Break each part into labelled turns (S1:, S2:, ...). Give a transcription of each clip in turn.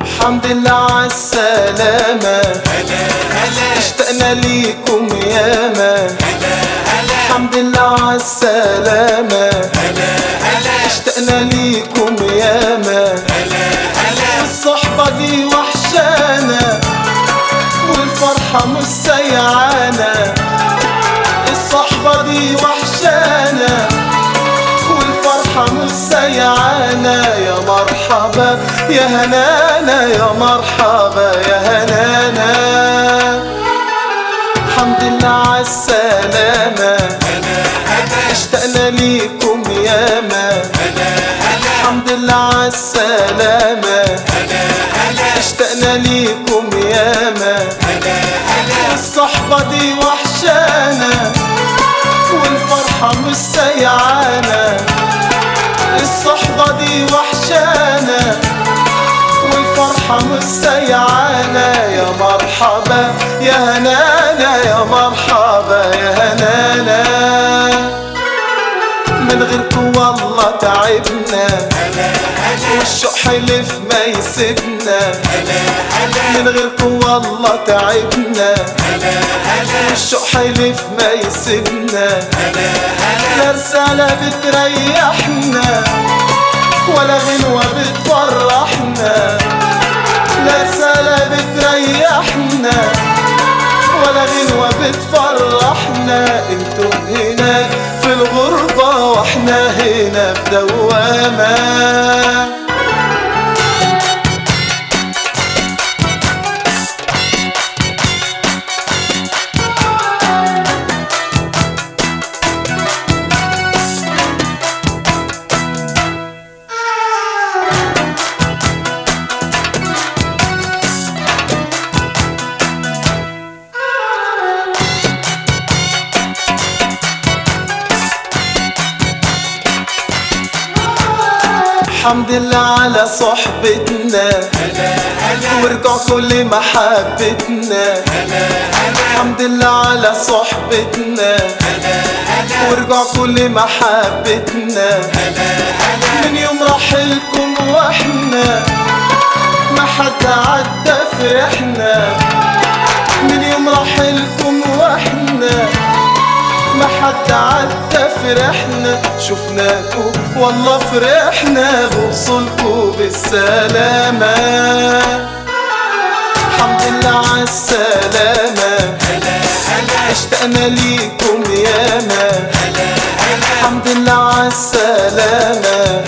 S1: الحمد لله عالسلامة
S2: هلا هلا
S1: اشتقنا ليكم ياما
S2: هلا هلا
S1: الحمد لله عالسلامة
S2: هلا هلا
S1: اشتقنا ليكم ياما
S2: هلا هلا
S1: الصحبة دي وحشانة والفرحة مش سيعانة الصحبة دي وحشانة والفرحة مش سيعانة يا مرحبا يا هنانا يا مرحبا يا هنانا الحمد لله عالسلامة اشتقنا ليكم ياما الحمد لله عالسلامة اشتقنا ليكم ياما الصحبة دي وحشانة والفرحة مش سيعانة الصحبة دي وحشانة والفرحة مش سيعانة يا مرحبا يا هنانا يا مرحبا يا هنانا من غيركم والله تعبنا والشوق حلف ما يسيبنا من غيركم والله تعبنا الشوق حلف ما يسيبنا لا رسالة بتريحنا ولا غنوة بتفرحنا لا رسالة بتريحنا ولا غنوة بتفرحنا انتوا هناك في الغربة واحنا هنا في دوامة الحمد لله على صحبتنا ورجع كل محبتنا الحمد لله على صحبتنا ورجع كل محبتنا من يوم رحلكم واحنا ما حد عدى فرحنا من يوم رحلكم واحنا ما حد عدى فرحنا شفناكو والله فرحنا بوصولكو بالسلامة الحمد لله عالسلامة اشتقنا ليكم ياما الحمد لله عالسلامة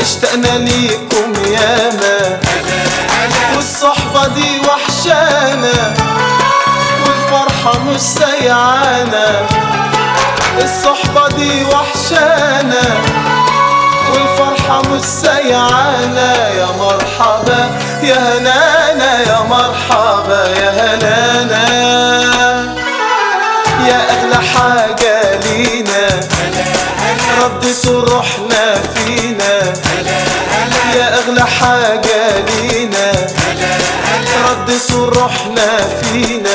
S1: اشتقنا ليكم ياما والصحبة دي وحشانة والفرحة مش سيعانة الصحبة دي وحشانة والفرحة مش سيعانة يا مرحبا يا هنانا يا مرحبا يا هنانا يا أغلى حاجة لينا رديتوا روحنا فينا يا أغلى حاجة لينا رديتوا روحنا فينا